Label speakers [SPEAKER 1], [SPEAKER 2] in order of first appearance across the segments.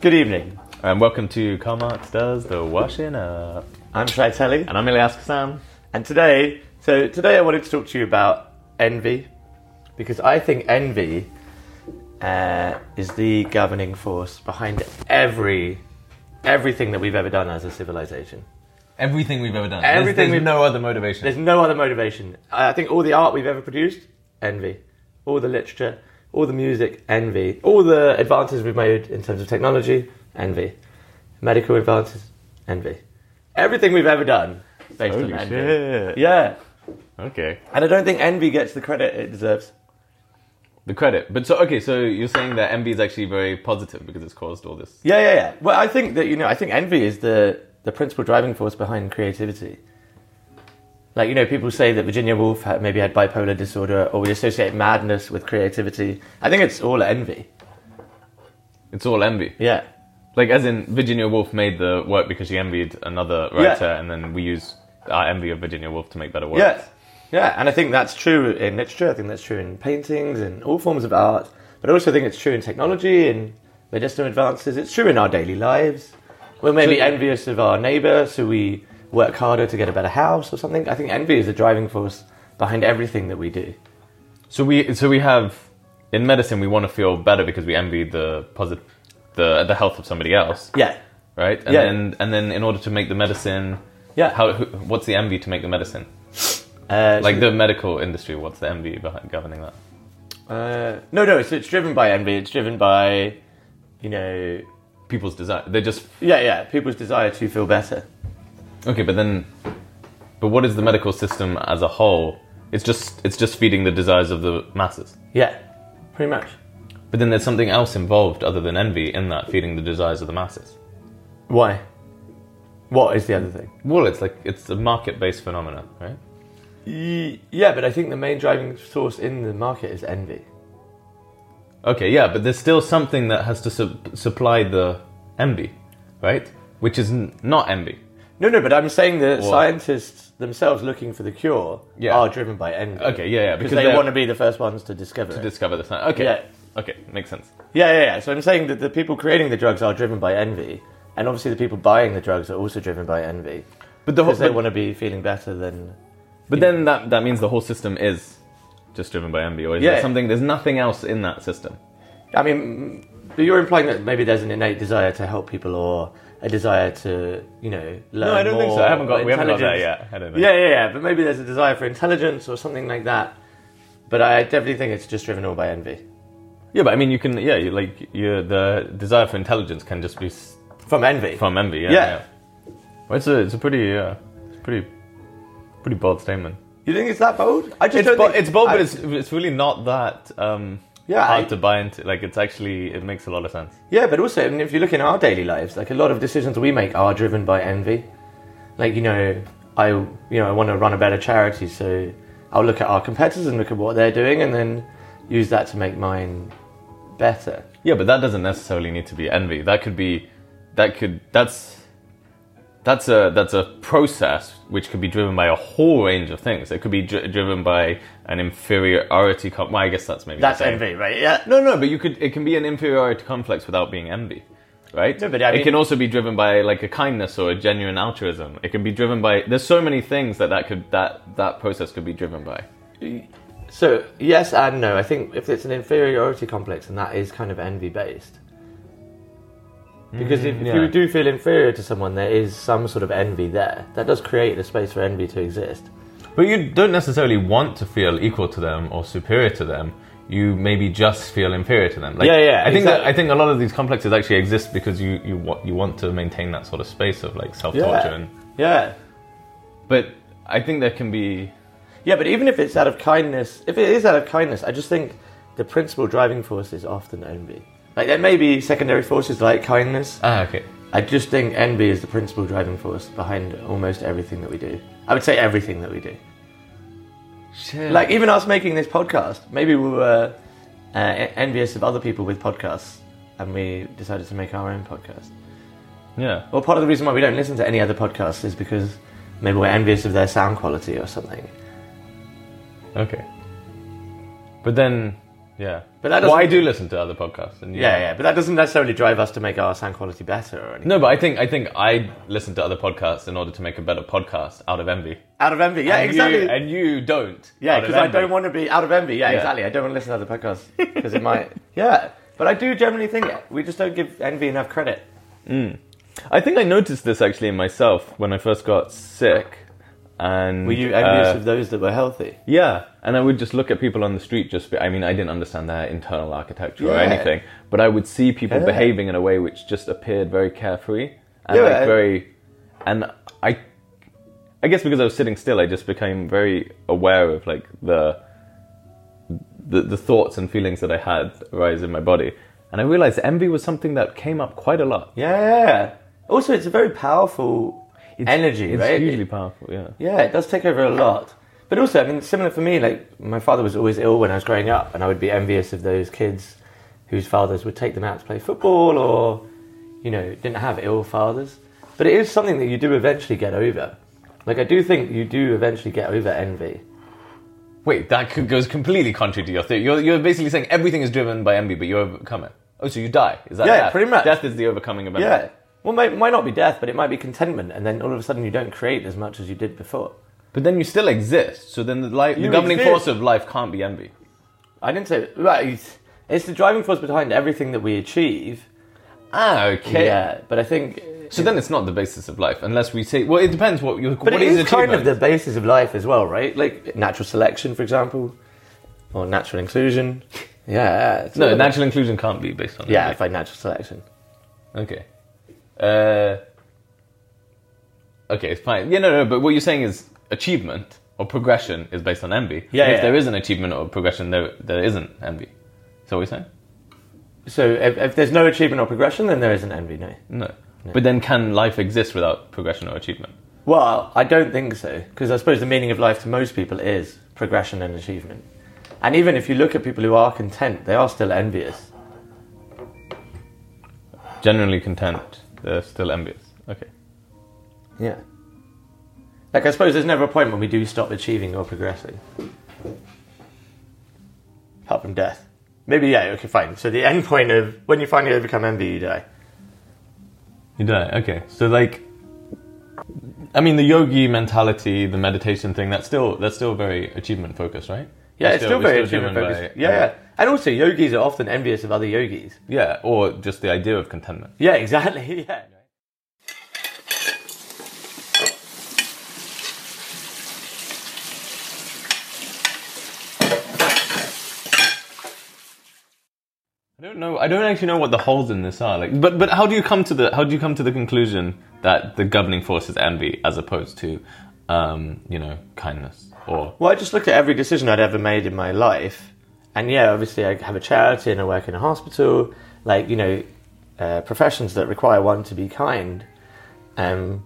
[SPEAKER 1] Good evening.
[SPEAKER 2] And welcome to Karl Marx Does the Washing Up.
[SPEAKER 1] I'm Shai Telly,
[SPEAKER 2] And I'm Ilya Sam.
[SPEAKER 1] and today, so today I wanted to talk to you about envy, because I think envy uh, is the governing force behind every everything that we've ever done as a civilization.
[SPEAKER 2] Everything we've ever done.
[SPEAKER 1] Everything
[SPEAKER 2] There's, there's
[SPEAKER 1] we've-
[SPEAKER 2] no other motivation.
[SPEAKER 1] There's no other motivation. I I think all the art we've ever produced, envy. All the literature, all the music, envy. All the advances we've made in terms of technology, envy. Medical advances, envy. Everything we've ever done based
[SPEAKER 2] Holy
[SPEAKER 1] on envy.
[SPEAKER 2] shit.
[SPEAKER 1] Yeah.
[SPEAKER 2] Okay.
[SPEAKER 1] And I don't think envy gets the credit it deserves.
[SPEAKER 2] The credit. But so, okay, so you're saying that envy is actually very positive because it's caused all this.
[SPEAKER 1] Yeah, yeah, yeah. Well, I think that you know, I think envy is the the principal driving force behind creativity. Like you know, people say that Virginia Woolf had, maybe had bipolar disorder, or we associate madness with creativity. I think it's all envy.
[SPEAKER 2] It's all envy.
[SPEAKER 1] Yeah,
[SPEAKER 2] Like, as in, Virginia Woolf made the work because she envied another writer, and then we use our envy of Virginia Woolf to make better work.
[SPEAKER 1] yeah, yeah. And I think that's true in literature. I think that's true in paintings and all forms of art. But I also think it's true in technology and medicinal advances. It's true in our daily lives. We're maybe
[SPEAKER 2] So-
[SPEAKER 1] envious of our neighbour, so we work harder to get a better house or something. I think envy is the driving force behind everything that we do.
[SPEAKER 2] So we so we have in medicine we want to feel better because we envy the positive the the health of somebody else,
[SPEAKER 1] Yeah.
[SPEAKER 2] right? And
[SPEAKER 1] Yeah.
[SPEAKER 2] then and then in order to make the medicine,
[SPEAKER 1] Yeah.
[SPEAKER 2] how who, what's the envy to make the medicine?
[SPEAKER 1] uh,
[SPEAKER 2] Like the medical industry, what's the envy behind governing that?
[SPEAKER 1] uh, no, no. So it's driven by envy. It's driven by, you know,
[SPEAKER 2] People's desire. They just
[SPEAKER 1] yeah, yeah. People's desire to feel better.
[SPEAKER 2] okay, but then but what is the medical system as a whole? It's just it's just feeding the desires of the masses.
[SPEAKER 1] Yeah, pretty much.
[SPEAKER 2] But then there's something else involved other than envy in that feeding the desires of the masses.
[SPEAKER 1] Why? What is the other thing?
[SPEAKER 2] Well, it's like it's a market-based phenomenon, right?
[SPEAKER 1] Yeah, but I think the main driving source in the market is envy.
[SPEAKER 2] Okay, yeah, but there's still something that has to sup- supply the envy, right? Which is n- not envy.
[SPEAKER 1] No, no. But I'm saying that
[SPEAKER 2] Well-
[SPEAKER 1] scientists themselves looking for the cure
[SPEAKER 2] Yeah.
[SPEAKER 1] are driven by envy.
[SPEAKER 2] Okay, yeah, yeah,
[SPEAKER 1] Because
[SPEAKER 2] because
[SPEAKER 1] they
[SPEAKER 2] they're-
[SPEAKER 1] want to be the first ones to discover it.
[SPEAKER 2] Discover the sign. Okay,
[SPEAKER 1] Yeah.
[SPEAKER 2] okay, makes sense.
[SPEAKER 1] Yeah, yeah, yeah. So I'm saying that the people creating the drugs are driven by envy, and obviously the people buying the drugs are also driven by envy.
[SPEAKER 2] But the whole,
[SPEAKER 1] Because they
[SPEAKER 2] but,
[SPEAKER 1] want to be feeling better than.
[SPEAKER 2] but then that that means the whole system is just driven by envy, or is there
[SPEAKER 1] Yeah.
[SPEAKER 2] something? There's nothing else in that system.
[SPEAKER 1] I mean, mm, you're implying that maybe there's an innate desire to help people or a desire to, you know, learn
[SPEAKER 2] no, I don't think so.
[SPEAKER 1] more,
[SPEAKER 2] I haven't got. We haven't got that
[SPEAKER 1] intelligence.
[SPEAKER 2] yet. I don't know.
[SPEAKER 1] Yeah, yeah, yeah. But maybe there's a desire for intelligence or something like that. But I definitely think it's just driven all by envy
[SPEAKER 2] yeah, but I mean, you can. Yeah, you, like your the desire for intelligence can just be s-
[SPEAKER 1] from envy.
[SPEAKER 2] from envy. Yeah,
[SPEAKER 1] Yeah.
[SPEAKER 2] Well, it's a it's a pretty yeah, it's a pretty pretty bold statement.
[SPEAKER 1] you think it's that bold? I just
[SPEAKER 2] It's,
[SPEAKER 1] don't.
[SPEAKER 2] bo-
[SPEAKER 1] think-
[SPEAKER 2] it's bold,
[SPEAKER 1] I-
[SPEAKER 2] but it's it's really not that. Um,
[SPEAKER 1] yeah,
[SPEAKER 2] hard
[SPEAKER 1] I-
[SPEAKER 2] to buy into. Like it's actually it makes a lot of sense.
[SPEAKER 1] Yeah, but also, I mean, if you look in our daily lives, like a lot of decisions we make are driven by envy. Like you know, I you know I want to run a better charity, so I'll look at our competitors and look at what they're doing, and then use that to make mine better.
[SPEAKER 2] Yeah, but that doesn't necessarily need to be envy. That could be that could that's that's a that's a process which could be driven by a whole range of things. It could be dri- driven by an inferiority. Com- well, I guess that's maybe the
[SPEAKER 1] That's
[SPEAKER 2] same.
[SPEAKER 1] envy, right? Yeah.
[SPEAKER 2] No, no, but you could. It can be an inferiority complex without being envy, right?
[SPEAKER 1] No, but I
[SPEAKER 2] it
[SPEAKER 1] mean-
[SPEAKER 2] can also be driven by like a kindness or a genuine altruism. It can be driven by. There's so many things that that could that that process could be driven by.
[SPEAKER 1] So yes and no. I think if it's an inferiority complex, and that is kind of envy based. Because if, if
[SPEAKER 2] yeah.
[SPEAKER 1] you do feel inferior to someone, there is some sort of envy there. That does create a space for envy to exist.
[SPEAKER 2] But you don't necessarily want to feel equal to them or superior to them. You maybe just feel inferior to them. Like,
[SPEAKER 1] Yeah, yeah,
[SPEAKER 2] I think that
[SPEAKER 1] exactly.
[SPEAKER 2] I think a lot of these complexes actually exist because you you want you want to maintain that sort of space of like self
[SPEAKER 1] Yeah.
[SPEAKER 2] torture. and
[SPEAKER 1] Yeah.
[SPEAKER 2] But I think there can be
[SPEAKER 1] Yeah, but even if it's out of kindness, if it is out of kindness, I just think the principal driving force is often envy. Like there may be secondary forces like kindness.
[SPEAKER 2] ah okay.
[SPEAKER 1] I just think envy is the principal driving force behind almost everything that we do. I would say everything that we do.
[SPEAKER 2] Shit.
[SPEAKER 1] Like even us making this podcast, maybe we were uh, en- envious of other people with podcasts, and we decided to make our own podcast.
[SPEAKER 2] yeah.
[SPEAKER 1] Well, part of the reason why we don't listen to any other podcasts is because maybe we're envious of their sound quality or something.
[SPEAKER 2] Okay. But then Yeah.
[SPEAKER 1] But that
[SPEAKER 2] well, I
[SPEAKER 1] doesn't-
[SPEAKER 2] do listen to other podcasts. And
[SPEAKER 1] Yeah, yeah, but that doesn't necessarily drive us to make our sound quality better or anything.
[SPEAKER 2] No, but I think I think I listen to other podcasts in order to make a better podcast out of envy.
[SPEAKER 1] Out of envy, yeah,
[SPEAKER 2] and
[SPEAKER 1] exactly.
[SPEAKER 2] You, and you don't.
[SPEAKER 1] yeah,
[SPEAKER 2] out of
[SPEAKER 1] because I
[SPEAKER 2] envy.
[SPEAKER 1] don't want to be out of envy. Yeah,
[SPEAKER 2] Yeah.
[SPEAKER 1] exactly. I don't want to listen to other podcasts because it might. Yeah, but I do generally think we just don't give envy enough credit.
[SPEAKER 2] I think I noticed this actually in myself when I first got sick. And
[SPEAKER 1] Were you envious
[SPEAKER 2] uh,
[SPEAKER 1] of those that were healthy?
[SPEAKER 2] Yeah, and I would just look at people on the street. Just be, I mean, I didn't understand their internal architecture or
[SPEAKER 1] Yeah.
[SPEAKER 2] anything, but I would see people
[SPEAKER 1] Yeah.
[SPEAKER 2] behaving in a way which just appeared very carefree and
[SPEAKER 1] Yeah,
[SPEAKER 2] like
[SPEAKER 1] I-
[SPEAKER 2] very, and I, I guess because I was sitting still, I just became very aware of like the, the the thoughts and feelings that I had arise in my body, and I realized envy was something that came up quite a lot.
[SPEAKER 1] Yeah. Also, it's a very powerful energy,
[SPEAKER 2] it's
[SPEAKER 1] right?
[SPEAKER 2] hugely powerful. Yeah.
[SPEAKER 1] Yeah, it does take over a lot. But also, I mean, similar for me, like, my father was always ill when I was growing up, and I would be envious of those kids whose fathers would take them out to play football or, you know, didn't have ill fathers. But it is something that you do eventually get over. Like, I do think you do eventually get over envy.
[SPEAKER 2] Wait, that could, goes completely contrary to your theory. You're, you're basically saying everything is driven by envy, but you overcome it. Oh, so you die? Is that
[SPEAKER 1] Yeah,
[SPEAKER 2] death?
[SPEAKER 1] pretty much.
[SPEAKER 2] Death is the overcoming of envy.
[SPEAKER 1] Yeah. Well, it might not be death, but it might be contentment, and then all of a sudden you don't create as much as you did before.
[SPEAKER 2] But then you still exist. So then the, life, the
[SPEAKER 1] You
[SPEAKER 2] governing
[SPEAKER 1] exist.
[SPEAKER 2] force of life can't be envy.
[SPEAKER 1] I didn't say right. It's, it's the driving force behind everything that we achieve.
[SPEAKER 2] Ah, okay.
[SPEAKER 1] Yeah, but I think.
[SPEAKER 2] So then it's not the basis of life, unless we say. Well, it depends what you.
[SPEAKER 1] But
[SPEAKER 2] what
[SPEAKER 1] it is,
[SPEAKER 2] achievement.
[SPEAKER 1] kind of the basis of life as well, right? Like natural selection, for example, or natural inclusion. Yeah. it's all
[SPEAKER 2] No,
[SPEAKER 1] about-
[SPEAKER 2] natural inclusion can't be based on.
[SPEAKER 1] Yeah, I
[SPEAKER 2] envy.
[SPEAKER 1] find natural selection.
[SPEAKER 2] Okay. Uh, okay, it's fine. Yeah, no, no, but what you're saying is achievement or progression is based on envy.
[SPEAKER 1] Yeah,
[SPEAKER 2] And If
[SPEAKER 1] yeah.
[SPEAKER 2] there is an achievement or progression, there, there isn't envy. Is that what you're saying?
[SPEAKER 1] So if, if there's no achievement or progression, then there isn't envy, no.
[SPEAKER 2] No. But then can life exist without progression or achievement?
[SPEAKER 1] Well, I don't think so, because I suppose the meaning of life to most people is progression and achievement. And even if you look at people who are content, they are still envious.
[SPEAKER 2] Generally content, they're still envious. Okay.
[SPEAKER 1] Yeah. Like, I suppose there's never a point when we do stop achieving or progressing. Apart from death. Maybe, yeah, okay, fine. So the end point of when you finally overcome envy, you die.
[SPEAKER 2] You die. Okay. So like, I mean, the yogi mentality, the meditation thing, that's still that's still very achievement focused, right?
[SPEAKER 1] Yeah,
[SPEAKER 2] We're
[SPEAKER 1] it's still,
[SPEAKER 2] we're
[SPEAKER 1] very
[SPEAKER 2] driven
[SPEAKER 1] achievement focused.
[SPEAKER 2] by-
[SPEAKER 1] yeah, yeah. And also, yogis are often envious of other yogis.
[SPEAKER 2] Yeah, or just the idea of contentment.
[SPEAKER 1] Yeah, exactly. Yeah.
[SPEAKER 2] I don't know. I don't actually know what the holes in this are. Like, but but how do you come to the how do you come to the conclusion that the governing force is envy as opposed to, um, you know, kindness or
[SPEAKER 1] Well, I just looked at every decision I'd ever made in my life, and yeah, obviously I have a charity and I work in a hospital, like you know, uh, professions that require one to be kind. Um,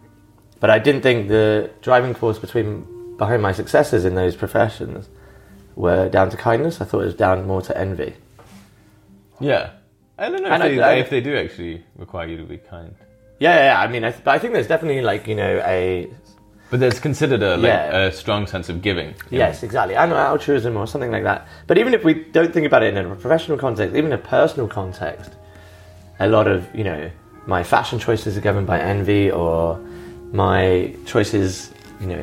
[SPEAKER 1] but I didn't think the driving force between behind my successes in those professions were down to kindness. I thought it was down more to envy.
[SPEAKER 2] yeah. I don't know if
[SPEAKER 1] And I-
[SPEAKER 2] they,
[SPEAKER 1] I-
[SPEAKER 2] if they do actually require you to be kind.
[SPEAKER 1] Yeah, yeah. yeah, I mean, I th- but I think there's definitely like you know a
[SPEAKER 2] But there's considered a like,
[SPEAKER 1] Yeah.
[SPEAKER 2] a strong sense of giving. you
[SPEAKER 1] Yes, exactly. And altruism or something like that. But even if we don't think about it in a professional context, even a personal context, a lot of, you know, my fashion choices are governed by envy or my choices, you know,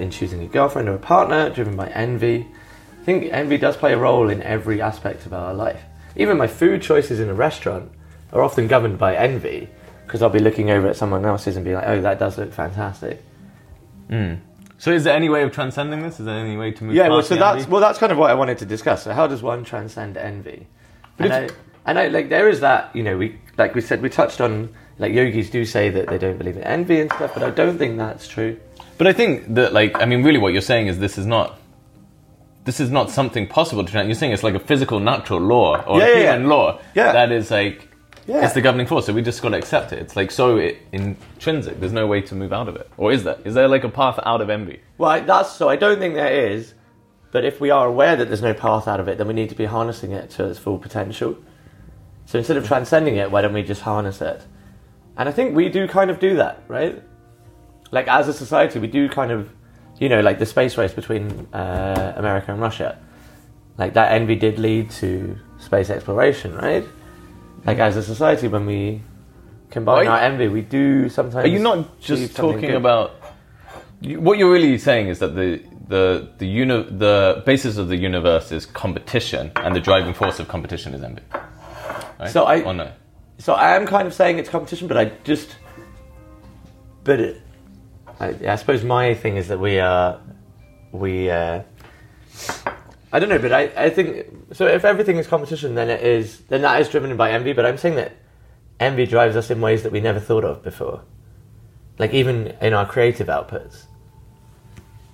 [SPEAKER 1] in choosing a girlfriend or a partner driven by envy. I think envy does play a role in every aspect of our life. Even my food choices in a restaurant are often governed by envy because I'll be looking over at someone else's and be like, oh, that does look fantastic.
[SPEAKER 2] So is there any way of transcending this? Is there any way to move?
[SPEAKER 1] Yeah,
[SPEAKER 2] past
[SPEAKER 1] well, so
[SPEAKER 2] the
[SPEAKER 1] that's
[SPEAKER 2] envy?
[SPEAKER 1] well, that's kind of what I wanted to discuss. So, how does one transcend envy?
[SPEAKER 2] But
[SPEAKER 1] and,
[SPEAKER 2] if-
[SPEAKER 1] I, and I like there is that you know we like we said we touched on like yogis do say that they don't believe in envy and stuff, but I don't think that's true.
[SPEAKER 2] But I think that like I mean, really, what you're saying is this is not. This is not something possible to transcend. You're saying it's like a physical, natural law or
[SPEAKER 1] Yeah,
[SPEAKER 2] a
[SPEAKER 1] yeah, yeah.
[SPEAKER 2] human law
[SPEAKER 1] Yeah.
[SPEAKER 2] that is like
[SPEAKER 1] Yeah,
[SPEAKER 2] It's the governing force, so we just got to accept it. It's like so i intrinsic. There's no way to move out of it, or is there? Is there like a path out of envy?
[SPEAKER 1] well, I- that's so I don't think there is, but if we are aware that there's no path out of it, then we need to be harnessing it to its full potential. So instead of transcending it, why don't we just harness it? And I think we do kind of do that, right? Like as a society, we do kind of, you know, like the space race between uh, America and Russia. like that envy did lead to space exploration, right? Like
[SPEAKER 2] Mm-hmm.
[SPEAKER 1] as a society, when we combine
[SPEAKER 2] Right.
[SPEAKER 1] our envy, we do sometimes.
[SPEAKER 2] Are you not
[SPEAKER 1] achieve
[SPEAKER 2] just
[SPEAKER 1] something
[SPEAKER 2] talking
[SPEAKER 1] good.
[SPEAKER 2] about you- what you're really saying is that the the the uni, the basis of the universe is competition, and the driving force of competition is envy. Right?
[SPEAKER 1] So I-
[SPEAKER 2] or no.
[SPEAKER 1] So I am kind of saying it's competition, but I just. But it, I, I suppose my thing is that we are, we. Uh, I don't know, but I, I think so. If everything is competition, then it is then that is driven by envy. But I'm saying that envy drives us in ways that we never thought of before, like even in our creative outputs,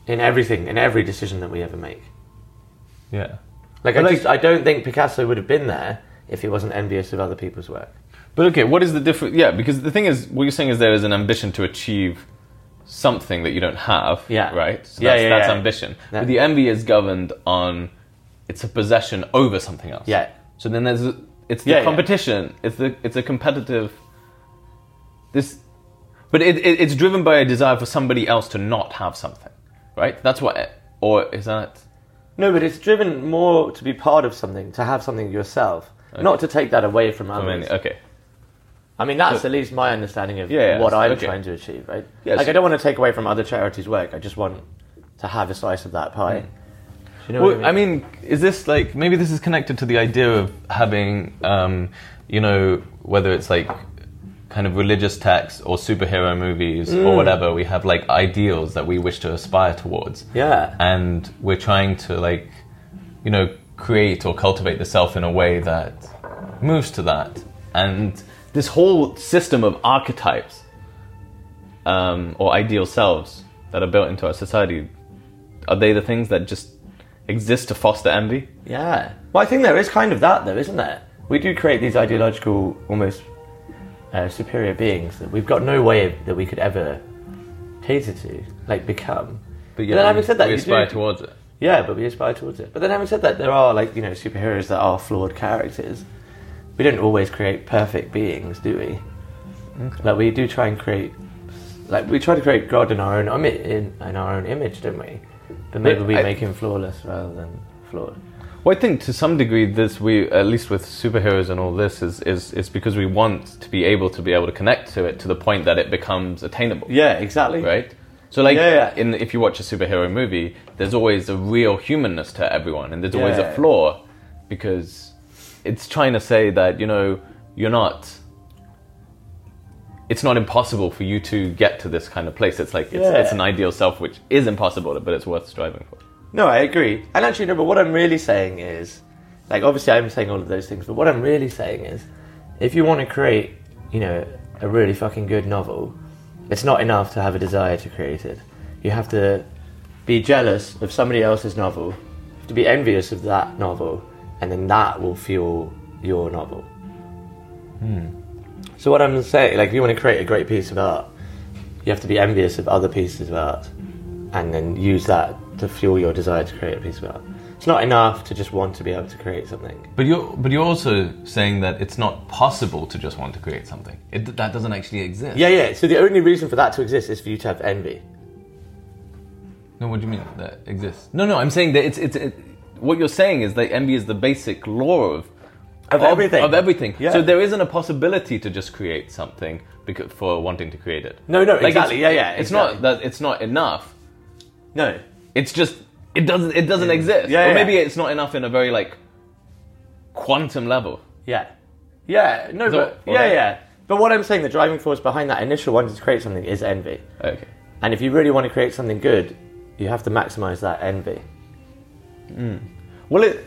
[SPEAKER 1] in everything, in every decision that we ever make.
[SPEAKER 2] Yeah.
[SPEAKER 1] Like
[SPEAKER 2] But
[SPEAKER 1] I
[SPEAKER 2] like-
[SPEAKER 1] just, I don't think Picasso would have been there if he wasn't envious of other people's work.
[SPEAKER 2] But okay, what is the difference? Yeah, because the thing is, what you're saying is there is an ambition to achieve something that you don't have.
[SPEAKER 1] Yeah.
[SPEAKER 2] Right? So
[SPEAKER 1] Yeah,
[SPEAKER 2] that's,
[SPEAKER 1] yeah,
[SPEAKER 2] that's
[SPEAKER 1] yeah.
[SPEAKER 2] ambition.
[SPEAKER 1] Yeah.
[SPEAKER 2] But the envy is governed on it's a possession over something else.
[SPEAKER 1] Yeah.
[SPEAKER 2] So then there's a- it's the
[SPEAKER 1] Yeah, yeah.
[SPEAKER 2] competition. It's the it's a competitive this but it, it, it's driven by a desire for somebody else to not have something. Right? That's what it- or is that
[SPEAKER 1] No, but it's driven more to be part of something, to have something yourself, not to take that away from
[SPEAKER 2] I
[SPEAKER 1] others.
[SPEAKER 2] mean, okay.
[SPEAKER 1] I mean, that's
[SPEAKER 2] so-
[SPEAKER 1] at least my understanding of
[SPEAKER 2] Yeah, yeah,
[SPEAKER 1] what I'm
[SPEAKER 2] okay.
[SPEAKER 1] trying to achieve, right?
[SPEAKER 2] Yeah,
[SPEAKER 1] like,
[SPEAKER 2] so-
[SPEAKER 1] I don't want to take away from other charities' work. I just want to have a slice of that pie. Do you know
[SPEAKER 2] Hmm. Well,
[SPEAKER 1] what I
[SPEAKER 2] I
[SPEAKER 1] mean?
[SPEAKER 2] mean, is this like maybe this is connected to the idea of having, um, you know, whether it's like kind of religious texts or superhero movies
[SPEAKER 1] Mm.
[SPEAKER 2] or whatever, we have like ideals that we wish to aspire towards,
[SPEAKER 1] yeah.
[SPEAKER 2] and we're trying to like, you know, create or cultivate the self in a way that moves to that, and this whole system of archetypes um, or ideal selves that are built into our society are they the things that just exist to foster envy?
[SPEAKER 1] Yeah. Well, I think there is kind of that, though, isn't there? We do create these ideological, almost uh, superior beings that we've got no way that we could ever cater to, like become.
[SPEAKER 2] But
[SPEAKER 1] yeah, But then having said that,
[SPEAKER 2] we
[SPEAKER 1] you
[SPEAKER 2] aspire
[SPEAKER 1] do-
[SPEAKER 2] towards it.
[SPEAKER 1] Yeah, but we aspire towards it. But then, having said that, there are like you know superheroes that are flawed characters. We don't always create perfect beings, do we? Like we do try and create, like we try to create God in our own imi- in, in our own image, don't we? But maybe
[SPEAKER 2] But
[SPEAKER 1] we
[SPEAKER 2] I-
[SPEAKER 1] make him flawless rather than flawed.
[SPEAKER 2] Well, I think to some degree, this we at least with superheroes and all this is is it's because we want to be able to be able to connect to it to the point that it becomes attainable,
[SPEAKER 1] Yeah, exactly.
[SPEAKER 2] right? So, like,
[SPEAKER 1] Yeah, yeah.
[SPEAKER 2] in if you watch a superhero movie, there's always a real humanness to everyone, and there's always
[SPEAKER 1] Yeah.
[SPEAKER 2] a flaw because it's trying to say that you know you're not. It's not impossible for you to get to this kind of place. It's like it's,
[SPEAKER 1] Yeah.
[SPEAKER 2] it's an ideal self which is impossible, but it's worth striving for.
[SPEAKER 1] No, I agree. And actually, no. But what I'm really saying is, like, obviously, I'm saying all of those things. But what I'm really saying is, if you want to create, you know, a really fucking good novel, it's not enough to have a desire to create it. You have to be jealous of somebody else's novel, to be envious of that novel, and then that will fuel your novel. So what I'm saying, like, if you want to create a great piece of art, you have to be envious of other pieces of art, and then use that to fuel your desire to create a piece of art. It's not enough to just want to be able to create something.
[SPEAKER 2] But you're but you're also saying that it's not possible to just want to create something. It, that doesn't actually exist.
[SPEAKER 1] Yeah, yeah. So the only reason for that to exist is for you to have envy.
[SPEAKER 2] No, what do you mean that exists? No, no, I'm saying that it's it's. It, what you're saying is that envy is the basic law of
[SPEAKER 1] Of everything.
[SPEAKER 2] Of everything.
[SPEAKER 1] Yeah.
[SPEAKER 2] So there isn't a possibility to just create something because, for wanting to create it.
[SPEAKER 1] No, no,
[SPEAKER 2] it's-
[SPEAKER 1] exactly. Yeah, yeah,
[SPEAKER 2] It's
[SPEAKER 1] exactly.
[SPEAKER 2] not that it's not enough.
[SPEAKER 1] No.
[SPEAKER 2] It's just it doesn't it doesn't exist.
[SPEAKER 1] Yeah,
[SPEAKER 2] or
[SPEAKER 1] yeah.
[SPEAKER 2] maybe it's not enough in a very like quantum level.
[SPEAKER 1] Yeah. Yeah. No.
[SPEAKER 2] So-
[SPEAKER 1] but yeah, yeah. But what I'm saying, the driving force behind that initial wanting to create something is envy.
[SPEAKER 2] Okay.
[SPEAKER 1] And if you really want to create something good, you have to maximize that envy.
[SPEAKER 2] Well, it.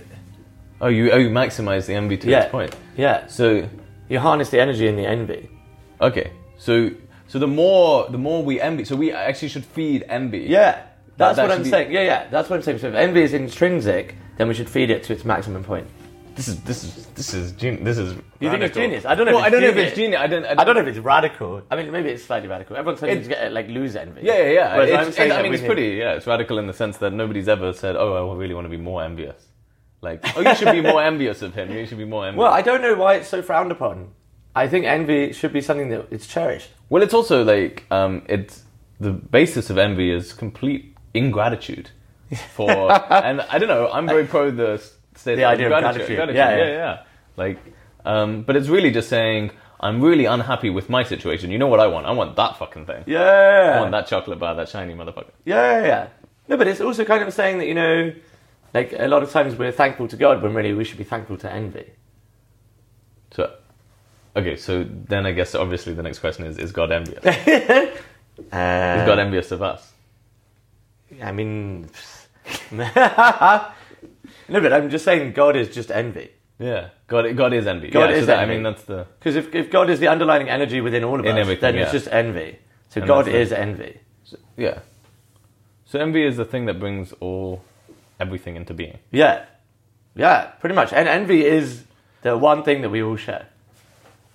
[SPEAKER 2] Oh, you oh you maximize the envy to
[SPEAKER 1] yeah.
[SPEAKER 2] its point.
[SPEAKER 1] Yeah.
[SPEAKER 2] So
[SPEAKER 1] You harness the energy in the envy.
[SPEAKER 2] okay, so so the more the more we envy, so we actually should feed envy.
[SPEAKER 1] Yeah, that's
[SPEAKER 2] that
[SPEAKER 1] what
[SPEAKER 2] should
[SPEAKER 1] I'm
[SPEAKER 2] be-
[SPEAKER 1] saying. Yeah, yeah, that's what I'm saying. So if envy is intrinsic, then we should feed it to its maximum point.
[SPEAKER 2] This is this is this is gen- this is.
[SPEAKER 1] You think it's
[SPEAKER 2] radical.
[SPEAKER 1] genius? I don't know if
[SPEAKER 2] Well,
[SPEAKER 1] it's
[SPEAKER 2] I don't know if
[SPEAKER 1] genius.
[SPEAKER 2] it's genius. I don't.
[SPEAKER 1] I don't know if it's radical. I mean, maybe it's slightly radical. Everyone's trying
[SPEAKER 2] It-
[SPEAKER 1] to get like lose envy.
[SPEAKER 2] Yeah, yeah, yeah.
[SPEAKER 1] Whereas
[SPEAKER 2] It's-
[SPEAKER 1] I'm saying
[SPEAKER 2] it- I
[SPEAKER 1] that
[SPEAKER 2] mean,
[SPEAKER 1] we
[SPEAKER 2] it's
[SPEAKER 1] need-
[SPEAKER 2] pretty. Yeah, it's radical in the sense that nobody's ever said, "Oh, I really want to be more envious." Like, oh, you should be more envious of him. You should be more envious.
[SPEAKER 1] Well, I don't know why it's so frowned upon. I think envy should be something that it's cherished.
[SPEAKER 2] Well, it's also like um, it's the basis of envy is complete ingratitude for, and I don't know. I'm very pro the state
[SPEAKER 1] The idea of gratitude. Yeah,
[SPEAKER 2] yeah,
[SPEAKER 1] yeah.
[SPEAKER 2] Like, um, but it's really just saying I'm really unhappy with my situation. You know what I want? I want that fucking thing. I
[SPEAKER 1] Yeah.
[SPEAKER 2] want that chocolate bar, that shiny motherfucker.
[SPEAKER 1] Yeah, yeah, yeah. No, but it's also kind of saying that, you know, like a lot of times we're thankful to God when really we should be thankful to envy.
[SPEAKER 2] So, okay, so then I guess obviously the next question is: Is God envious? Is
[SPEAKER 1] Uh,
[SPEAKER 2] God envious of us?
[SPEAKER 1] I mean, no, but I'm just saying God is just envy.
[SPEAKER 2] Yeah, God, God is envy.
[SPEAKER 1] God
[SPEAKER 2] yeah,
[SPEAKER 1] is
[SPEAKER 2] so that-
[SPEAKER 1] envy.
[SPEAKER 2] I mean, that's the
[SPEAKER 1] Because if, if God is the underlying energy within all of
[SPEAKER 2] In
[SPEAKER 1] us,
[SPEAKER 2] everything,
[SPEAKER 1] then it's
[SPEAKER 2] yeah.
[SPEAKER 1] just envy. So
[SPEAKER 2] And
[SPEAKER 1] God
[SPEAKER 2] that's it.
[SPEAKER 1] is envy.
[SPEAKER 2] yeah. So envy is the thing that brings all everything into being.
[SPEAKER 1] Yeah. Yeah, pretty much. And envy is the one thing that we all share.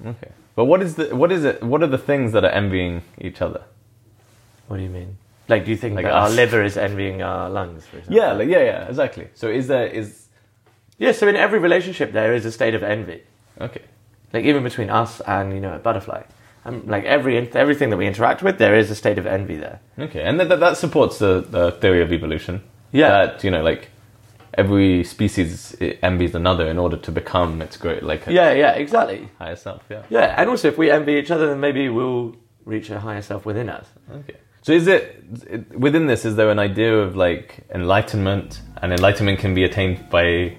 [SPEAKER 2] Okay. But what is the what is it? What are the things that are envying each other?
[SPEAKER 1] What do you mean? Like, do you think
[SPEAKER 2] Like
[SPEAKER 1] that our
[SPEAKER 2] us.
[SPEAKER 1] liver is envying our lungs, for example?
[SPEAKER 2] Yeah, like yeah, yeah, exactly. So is there is
[SPEAKER 1] Yeah, so in every relationship, there is a state of envy.
[SPEAKER 2] okay.
[SPEAKER 1] Like, even between us and, you know, a butterfly. Um, like, every everything that we interact with, there is a state of envy there.
[SPEAKER 2] Okay, and that, that, that supports the, the theory of evolution.
[SPEAKER 1] Yeah.
[SPEAKER 2] That, you know, like, every species eh, envies another in order to become its great, like,
[SPEAKER 1] Yeah, yeah, exactly.
[SPEAKER 2] higher self, yeah.
[SPEAKER 1] Yeah, and also if we envy each other, then maybe we'll reach a higher self within us.
[SPEAKER 2] Okay. So is it, it- within this, is there an idea of, like, enlightenment, and enlightenment can be attained by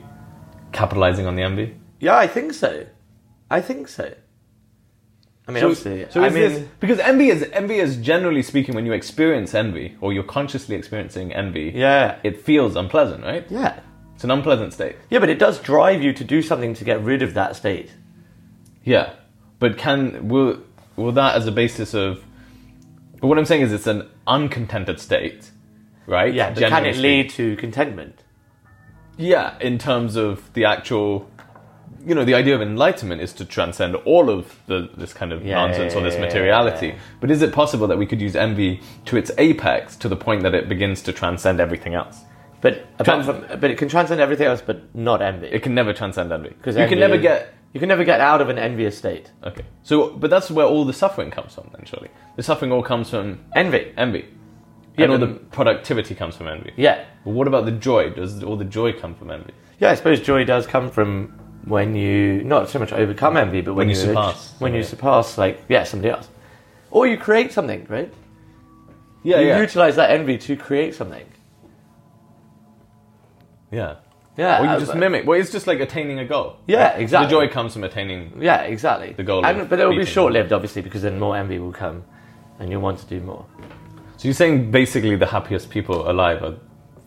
[SPEAKER 2] capitalizing on the envy?
[SPEAKER 1] Yeah, I think so. I think so. I mean, obviously, I mean,
[SPEAKER 2] is this- because envy is, envy is generally speaking, when you experience envy, or you're consciously experiencing envy,
[SPEAKER 1] yeah,
[SPEAKER 2] it feels unpleasant, right?
[SPEAKER 1] yeah,
[SPEAKER 2] It's an unpleasant state.
[SPEAKER 1] yeah, but it does drive you to do something to get rid of that state.
[SPEAKER 2] Yeah, but can will will that as a basis of? But what I'm saying is, it's an uncontented state, right?
[SPEAKER 1] Yeah, but can
[SPEAKER 2] Generally
[SPEAKER 1] it lead to contentment?
[SPEAKER 2] speaking. Yeah, in terms of the actual, you know, the idea of enlightenment is to transcend all of the this kind of
[SPEAKER 1] Yeah,
[SPEAKER 2] nonsense
[SPEAKER 1] yeah,
[SPEAKER 2] or this
[SPEAKER 1] yeah,
[SPEAKER 2] materiality.
[SPEAKER 1] yeah, yeah.
[SPEAKER 2] But is it possible that we could use envy to its apex to the point that it begins to transcend everything else?
[SPEAKER 1] But apart
[SPEAKER 2] Trans-
[SPEAKER 1] from, but it can transcend everything else, but not
[SPEAKER 2] It
[SPEAKER 1] envy.
[SPEAKER 2] can never transcend envy because you
[SPEAKER 1] envy
[SPEAKER 2] can never
[SPEAKER 1] is-
[SPEAKER 2] get
[SPEAKER 1] You can never get out of an envious state.
[SPEAKER 2] okay. So, but that's where all the suffering comes from. Then surely the suffering all comes from
[SPEAKER 1] Envy.
[SPEAKER 2] envy.
[SPEAKER 1] Yeah,
[SPEAKER 2] and all
[SPEAKER 1] but-
[SPEAKER 2] the productivity comes from envy.
[SPEAKER 1] Yeah,
[SPEAKER 2] But what about the joy? Does all the joy come from envy?
[SPEAKER 1] yeah. I suppose joy does come from when you not so much overcome envy, but when,
[SPEAKER 2] When you surpass
[SPEAKER 1] when you
[SPEAKER 2] somebody.
[SPEAKER 1] surpass like yeah somebody else, or you create something, right?
[SPEAKER 2] Yeah,
[SPEAKER 1] you utilize that envy to create something.
[SPEAKER 2] yeah.
[SPEAKER 1] Yeah. uh,
[SPEAKER 2] Or
[SPEAKER 1] I-
[SPEAKER 2] you just mimic. Well, it's just like attaining a goal.
[SPEAKER 1] Yeah, exactly.
[SPEAKER 2] The joy comes from attaining.
[SPEAKER 1] Yeah, exactly.
[SPEAKER 2] The goal
[SPEAKER 1] And,
[SPEAKER 2] of
[SPEAKER 1] but it will be
[SPEAKER 2] beating.
[SPEAKER 1] short lived, obviously, because then more envy will come and you'll want to do more.
[SPEAKER 2] So you're saying basically the happiest people alive are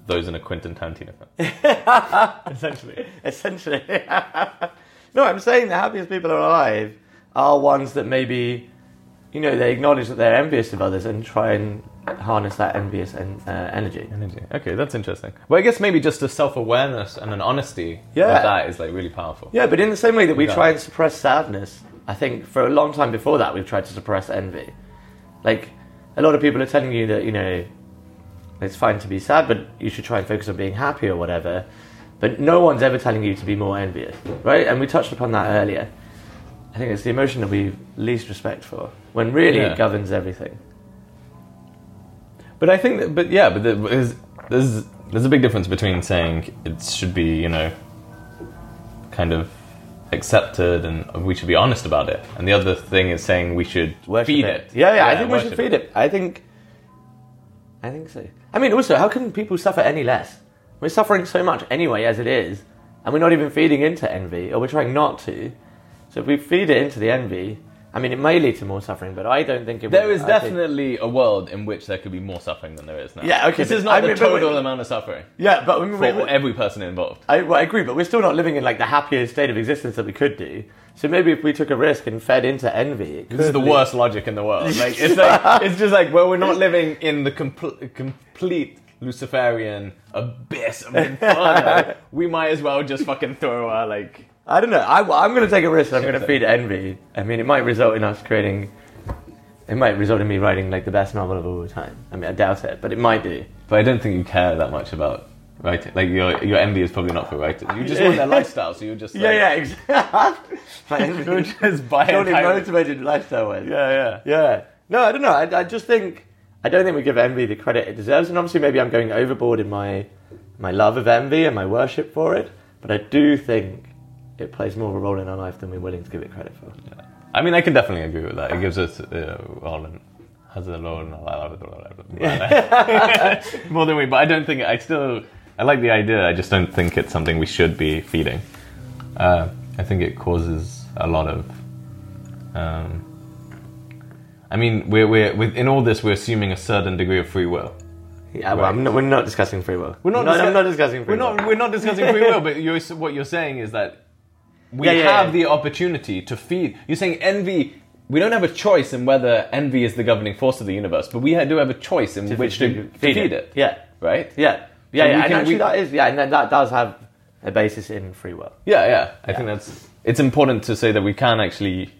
[SPEAKER 2] those in a Quentin Tarantino film.
[SPEAKER 1] Essentially. Essentially. no, I'm saying the happiest people are alive are ones that maybe, you know, they acknowledge that they're envious of others and try and harness that envious en- uh, energy.
[SPEAKER 2] Energy. Okay, that's interesting. Well, I guess maybe just a self awareness and an honesty
[SPEAKER 1] Yeah.
[SPEAKER 2] of that is like really powerful.
[SPEAKER 1] Yeah, but in the same way that we
[SPEAKER 2] Yeah.
[SPEAKER 1] try and suppress sadness, I think for a long time before that we've tried to suppress envy. Like a lot of people are telling you that you know it's fine to be sad, but you should try and focus on being happy or whatever. But no one's ever telling you to be more envious, right? And we touched upon that earlier. I think it's the emotion that we least respect for, when really
[SPEAKER 2] Yeah.
[SPEAKER 1] it governs everything.
[SPEAKER 2] But I think that, but yeah, but there- there's, there's, there's a big difference between saying it should be, you know, kind of accepted and we should be honest about it. And the other thing is saying we should feed it.
[SPEAKER 1] Yeah, yeah. I think we should feed
[SPEAKER 2] worship
[SPEAKER 1] it. I think. I think so. I mean, also, how can people suffer any less? We're suffering so much anyway as it is, and we're not even feeding into envy, or we're trying not to. So if we feed it into the envy, I mean, it may lead to more suffering, but I don't think it.
[SPEAKER 2] There
[SPEAKER 1] will-
[SPEAKER 2] is
[SPEAKER 1] I think-
[SPEAKER 2] definitely a world in which there could be more suffering than there is now.
[SPEAKER 1] Yeah, okay,
[SPEAKER 2] This
[SPEAKER 1] but-
[SPEAKER 2] is not
[SPEAKER 1] I
[SPEAKER 2] the
[SPEAKER 1] mean, but
[SPEAKER 2] total
[SPEAKER 1] we-
[SPEAKER 2] amount of suffering
[SPEAKER 1] Yeah, but I mean,
[SPEAKER 2] for
[SPEAKER 1] we- we-
[SPEAKER 2] every person involved.
[SPEAKER 1] I, well, I agree, but we're still not living in like the happiest state of existence that we could do. So maybe if we took a risk and fed into envy, it
[SPEAKER 2] This is
[SPEAKER 1] could
[SPEAKER 2] the
[SPEAKER 1] lead-
[SPEAKER 2] worst logic in the world. Like it's like it's just like well, we're not living in the compl- complete Luciferian abyss of inferno. we might as well just fucking throw our like
[SPEAKER 1] I don't know. I, am going to take a risk. and I'm going to
[SPEAKER 2] Sure.
[SPEAKER 1] feed envy. I mean, it might result in us creating. It might result in me writing like the best novel of all time. I mean, I doubt it, but it might do.
[SPEAKER 2] But I don't think you care that much about writing. Like your your envy is probably not for writers. You just want their lifestyle, so you're just like,
[SPEAKER 1] exactly. My
[SPEAKER 2] You're
[SPEAKER 1] envy.
[SPEAKER 2] just buying.
[SPEAKER 1] Purely
[SPEAKER 2] time.
[SPEAKER 1] motivated lifestyle ways.
[SPEAKER 2] Yeah, yeah,
[SPEAKER 1] Yeah. No, I don't know. I, I just think I don't think we give envy the credit it deserves, and obviously maybe I'm going overboard in my my love of envy and my worship for it. But I do think it plays more of a role in our life than we're willing to give it credit for.
[SPEAKER 2] I mean, I can definitely agree with that. It gives us uh, all in, has a lot in- uh, more than we. But I don't think I still. I like the idea. I just don't think it's something we should be feeding. Uh, I think it causes a lot of. Um, I mean, we're, we're within all this. We're assuming a certain degree of free will.
[SPEAKER 1] Yeah, well, I'm not, we're not discussing free will.
[SPEAKER 2] We're not
[SPEAKER 1] No,
[SPEAKER 2] discuss-
[SPEAKER 1] I'm not discussing free
[SPEAKER 2] We're not.
[SPEAKER 1] will.
[SPEAKER 2] We're not discussing free will. But you're, what you're saying is that we
[SPEAKER 1] Yeah, yeah,
[SPEAKER 2] have
[SPEAKER 1] yeah.
[SPEAKER 2] the opportunity to feed. You're saying envy. We don't have a choice in whether envy is the governing force of the universe, but we ha- do have a choice in which to, to feed, it.
[SPEAKER 1] Yeah,
[SPEAKER 2] Right?
[SPEAKER 1] yeah, yeah, yeah.
[SPEAKER 2] So we
[SPEAKER 1] And
[SPEAKER 2] can-
[SPEAKER 1] actually,
[SPEAKER 2] we-
[SPEAKER 1] that is yeah, and that, that does have a basis in free will.
[SPEAKER 2] Yeah, yeah. I think that's. It's important to say that we can actually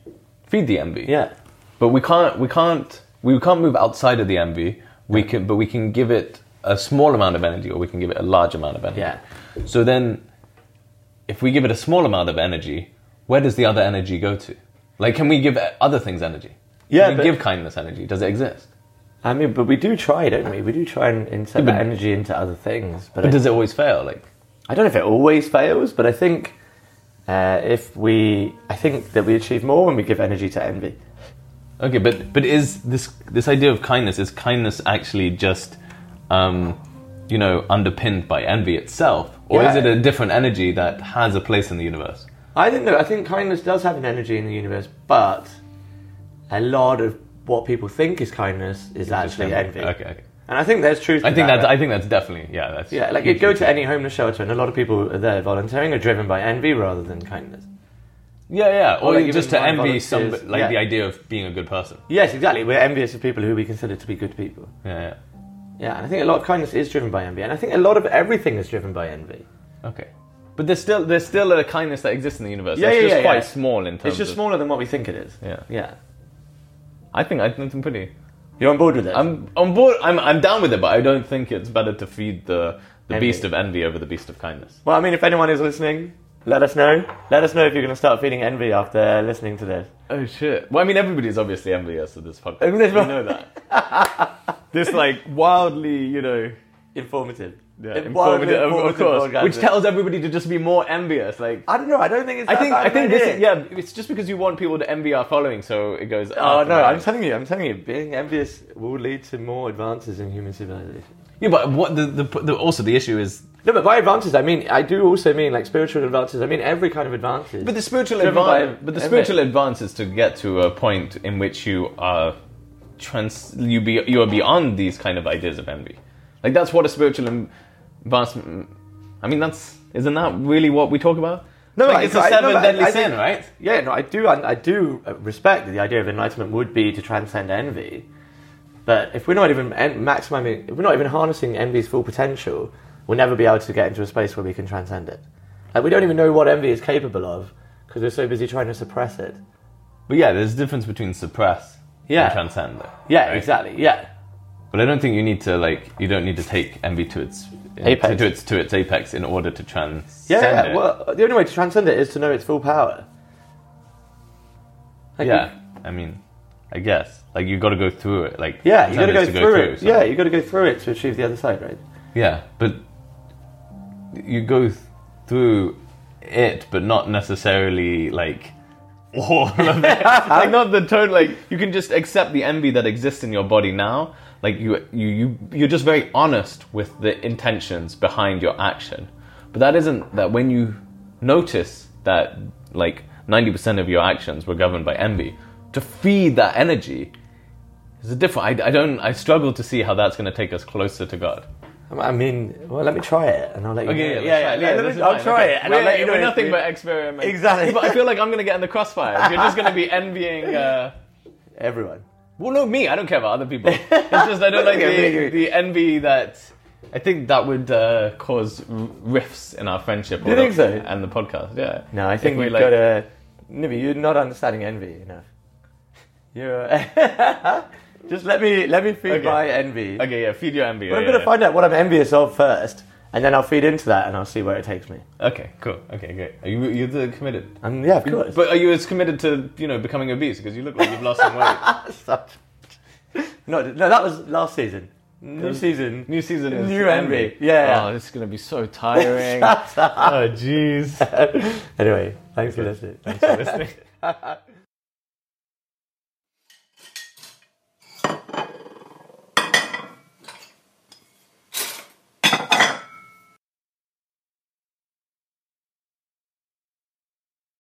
[SPEAKER 2] feed the envy.
[SPEAKER 1] Yeah,
[SPEAKER 2] But we can't. We can't. We can't move outside of the envy. We can, but we can give it a small amount of energy, or we can give it a large amount of energy.
[SPEAKER 1] Yeah.
[SPEAKER 2] So then, if we give it a small amount of energy, where does the other energy go to? Like, can we give other things energy?
[SPEAKER 1] Yeah,
[SPEAKER 2] Can
[SPEAKER 1] but-
[SPEAKER 2] we give kindness energy. Does it exist?
[SPEAKER 1] I mean, but we do try, don't we? We do try and insert
[SPEAKER 2] Yeah, but-
[SPEAKER 1] that energy into other things. But,
[SPEAKER 2] But
[SPEAKER 1] I,
[SPEAKER 2] does it always fail? Like,
[SPEAKER 1] I don't know if it always fails. But I think uh, if we, I think that we achieve more when we give energy to envy.
[SPEAKER 2] okay, but but is this this idea of kindness is kindness actually just, um, you know, underpinned by envy itself, or is
[SPEAKER 1] Yeah.
[SPEAKER 2] it a different energy that has a place in the universe?
[SPEAKER 1] I don't know. I think kindness does have an energy in the universe, but a lot of what people think is kindness is actually envy.
[SPEAKER 2] Okay, okay.
[SPEAKER 1] And I think there's truth.
[SPEAKER 2] I
[SPEAKER 1] to
[SPEAKER 2] think
[SPEAKER 1] that,
[SPEAKER 2] that's.
[SPEAKER 1] right?
[SPEAKER 2] I think that's definitely. Yeah, that's.
[SPEAKER 1] Yeah, like you go to any homeless shelter, and a lot of people who are there volunteering are driven by envy rather than kindness.
[SPEAKER 2] Yeah, yeah.
[SPEAKER 1] Or
[SPEAKER 2] Or,
[SPEAKER 1] like
[SPEAKER 2] just
[SPEAKER 1] even
[SPEAKER 2] to envy
[SPEAKER 1] volunteers,
[SPEAKER 2] some, like
[SPEAKER 1] yeah.
[SPEAKER 2] the idea of being a good person.
[SPEAKER 1] Yes, exactly. We're envious of people who we consider to be good people.
[SPEAKER 2] Yeah,
[SPEAKER 1] Yeah, and I think a lot of kindness is driven by envy, and I think a lot of everything is driven by envy.
[SPEAKER 2] yeah. Okay. But there's still there's still a kindness that exists in the universe.
[SPEAKER 1] Yeah,
[SPEAKER 2] it's
[SPEAKER 1] yeah,
[SPEAKER 2] just
[SPEAKER 1] yeah,
[SPEAKER 2] quite
[SPEAKER 1] yeah.
[SPEAKER 2] small in terms.
[SPEAKER 1] It's just
[SPEAKER 2] of,
[SPEAKER 1] smaller than what we think it is.
[SPEAKER 2] Yeah.
[SPEAKER 1] Yeah.
[SPEAKER 2] I think I think I'm pretty.
[SPEAKER 1] You're on board with it?
[SPEAKER 2] I'm on board. I'm I'm down with it, but I don't think it's better to feed the the
[SPEAKER 1] Envy.
[SPEAKER 2] beast of envy over the beast of kindness.
[SPEAKER 1] well, I mean, if anyone is listening, let us know. Let us know if you're going to start feeling envy after listening to this.
[SPEAKER 2] Oh shit! Well, I mean, everybody's obviously envious of this podcast.
[SPEAKER 1] I
[SPEAKER 2] We
[SPEAKER 1] mean, there's no-
[SPEAKER 2] know that. this like wildly, you know.
[SPEAKER 1] Informative.
[SPEAKER 2] Yeah,
[SPEAKER 1] It- wildly
[SPEAKER 2] informative, of- of
[SPEAKER 1] informative
[SPEAKER 2] course,
[SPEAKER 1] podcast.
[SPEAKER 2] which tells everybody to just be more envious. Like,
[SPEAKER 1] I don't know. I don't think it's.
[SPEAKER 2] I
[SPEAKER 1] that
[SPEAKER 2] think
[SPEAKER 1] bad
[SPEAKER 2] I
[SPEAKER 1] of an
[SPEAKER 2] think this
[SPEAKER 1] idea.
[SPEAKER 2] is yeah. It's just because you want people to envy our following, so it goes.
[SPEAKER 1] Oh
[SPEAKER 2] up
[SPEAKER 1] no!
[SPEAKER 2] and
[SPEAKER 1] I'm
[SPEAKER 2] up.
[SPEAKER 1] telling you, I'm telling you, being envious will lead to more advances in human civilization.
[SPEAKER 2] yeah, but what the, the, the also the issue is.
[SPEAKER 1] No, but by advances, I mean I do also mean like spiritual advances. I mean every kind of advances.
[SPEAKER 2] But the spiritual
[SPEAKER 1] Driven
[SPEAKER 2] advance,
[SPEAKER 1] by
[SPEAKER 2] but the
[SPEAKER 1] envy.
[SPEAKER 2] spiritual advance is to get to a point in which you are trans, you be you are beyond these kind of ideas of envy. Like that's what a spiritual im- advance. I mean, that's isn't that really what we talk about?
[SPEAKER 1] No,
[SPEAKER 2] like,
[SPEAKER 1] I-
[SPEAKER 2] it's a
[SPEAKER 1] I- no,
[SPEAKER 2] seven
[SPEAKER 1] but I-
[SPEAKER 2] deadly
[SPEAKER 1] I
[SPEAKER 2] sin,
[SPEAKER 1] think-
[SPEAKER 2] right?
[SPEAKER 1] yeah, no, I do, I, I do uh, respect that the idea of enlightenment would be to transcend envy. But if we're not even en- maximizing, if we're not even harnessing envy's full potential, we'll never be able to get into a space where we can transcend it. Like we don't even know what envy is capable of because we're so busy trying to suppress it.
[SPEAKER 2] But yeah, there's a difference between suppress
[SPEAKER 1] Yeah.
[SPEAKER 2] and transcend. though,
[SPEAKER 1] Yeah,
[SPEAKER 2] right?
[SPEAKER 1] exactly. Yeah.
[SPEAKER 2] But I don't think you need to like you don't need to take envy to its
[SPEAKER 1] Apex.
[SPEAKER 2] to its to its apex in order to transcend
[SPEAKER 1] Yeah,
[SPEAKER 2] it.
[SPEAKER 1] well, the only way to transcend it is to know its full power. Like,
[SPEAKER 2] yeah. I mean, I guess like you got to go through it. Like
[SPEAKER 1] you- yeah, you got to
[SPEAKER 2] transcend
[SPEAKER 1] go
[SPEAKER 2] is
[SPEAKER 1] through, it.
[SPEAKER 2] so-
[SPEAKER 1] Yeah, you got to go through it to achieve the other side, right?
[SPEAKER 2] yeah. But you go th- through it, but not necessarily like all of it. like not the tone. Like you can just accept the envy that exists in your body now. Like you, you, you, you're just very honest with the intentions behind your action. But that isn't that when you notice that like 90% of your actions were governed by envy. To feed that energy is a different. I, I don't. I struggle to see how that's going to take us closer to God.
[SPEAKER 1] I I mean, well, let me try it, and I'll let you.
[SPEAKER 2] Okay,
[SPEAKER 1] know.
[SPEAKER 2] yeah, yeah, yeah.
[SPEAKER 1] let
[SPEAKER 2] this
[SPEAKER 1] me-
[SPEAKER 2] is
[SPEAKER 1] I'll
[SPEAKER 2] fine,
[SPEAKER 1] try
[SPEAKER 2] okay.
[SPEAKER 1] it, and
[SPEAKER 2] we're,
[SPEAKER 1] I'll let you know.
[SPEAKER 2] we're
[SPEAKER 1] if
[SPEAKER 2] nothing
[SPEAKER 1] we-
[SPEAKER 2] but experiment.
[SPEAKER 1] Exactly.
[SPEAKER 2] But I feel like I'm gonna get in the crossfire. If You're just gonna be envying. Uh,
[SPEAKER 1] everyone.
[SPEAKER 2] well, no, me. I don't care about other people. It's just I don't like
[SPEAKER 1] Okay, okay.
[SPEAKER 2] the, the envy that. I think that would uh, cause r- rifts in our friendship.
[SPEAKER 1] you
[SPEAKER 2] or
[SPEAKER 1] think
[SPEAKER 2] the-
[SPEAKER 1] so?
[SPEAKER 2] And the podcast, yeah.
[SPEAKER 1] No, I
[SPEAKER 2] If
[SPEAKER 1] think
[SPEAKER 2] we,
[SPEAKER 1] we've
[SPEAKER 2] like-
[SPEAKER 1] got to. Nibby, you're not understanding envy enough. You're. Just let me let me feed
[SPEAKER 2] Okay.
[SPEAKER 1] my envy.
[SPEAKER 2] Okay, yeah. Feed your envy.
[SPEAKER 1] But
[SPEAKER 2] yeah,
[SPEAKER 1] I'm going to
[SPEAKER 2] yeah.
[SPEAKER 1] find out what I'm envious of first, and then I'll feed into that, and I'll see where it takes me.
[SPEAKER 2] Okay, cool. Okay, great. Are you you're the committed?
[SPEAKER 1] And yeah, of course.
[SPEAKER 2] But are you as committed to you know becoming obese because you look like you've lost some weight?
[SPEAKER 1] Such- no, no, that was last season. New season.
[SPEAKER 2] New season is
[SPEAKER 1] New envy. Yeah.
[SPEAKER 2] Oh, this is gonna be so tiring. oh, jeez.
[SPEAKER 1] anyway, thanks for listening.
[SPEAKER 2] Thanks for listening.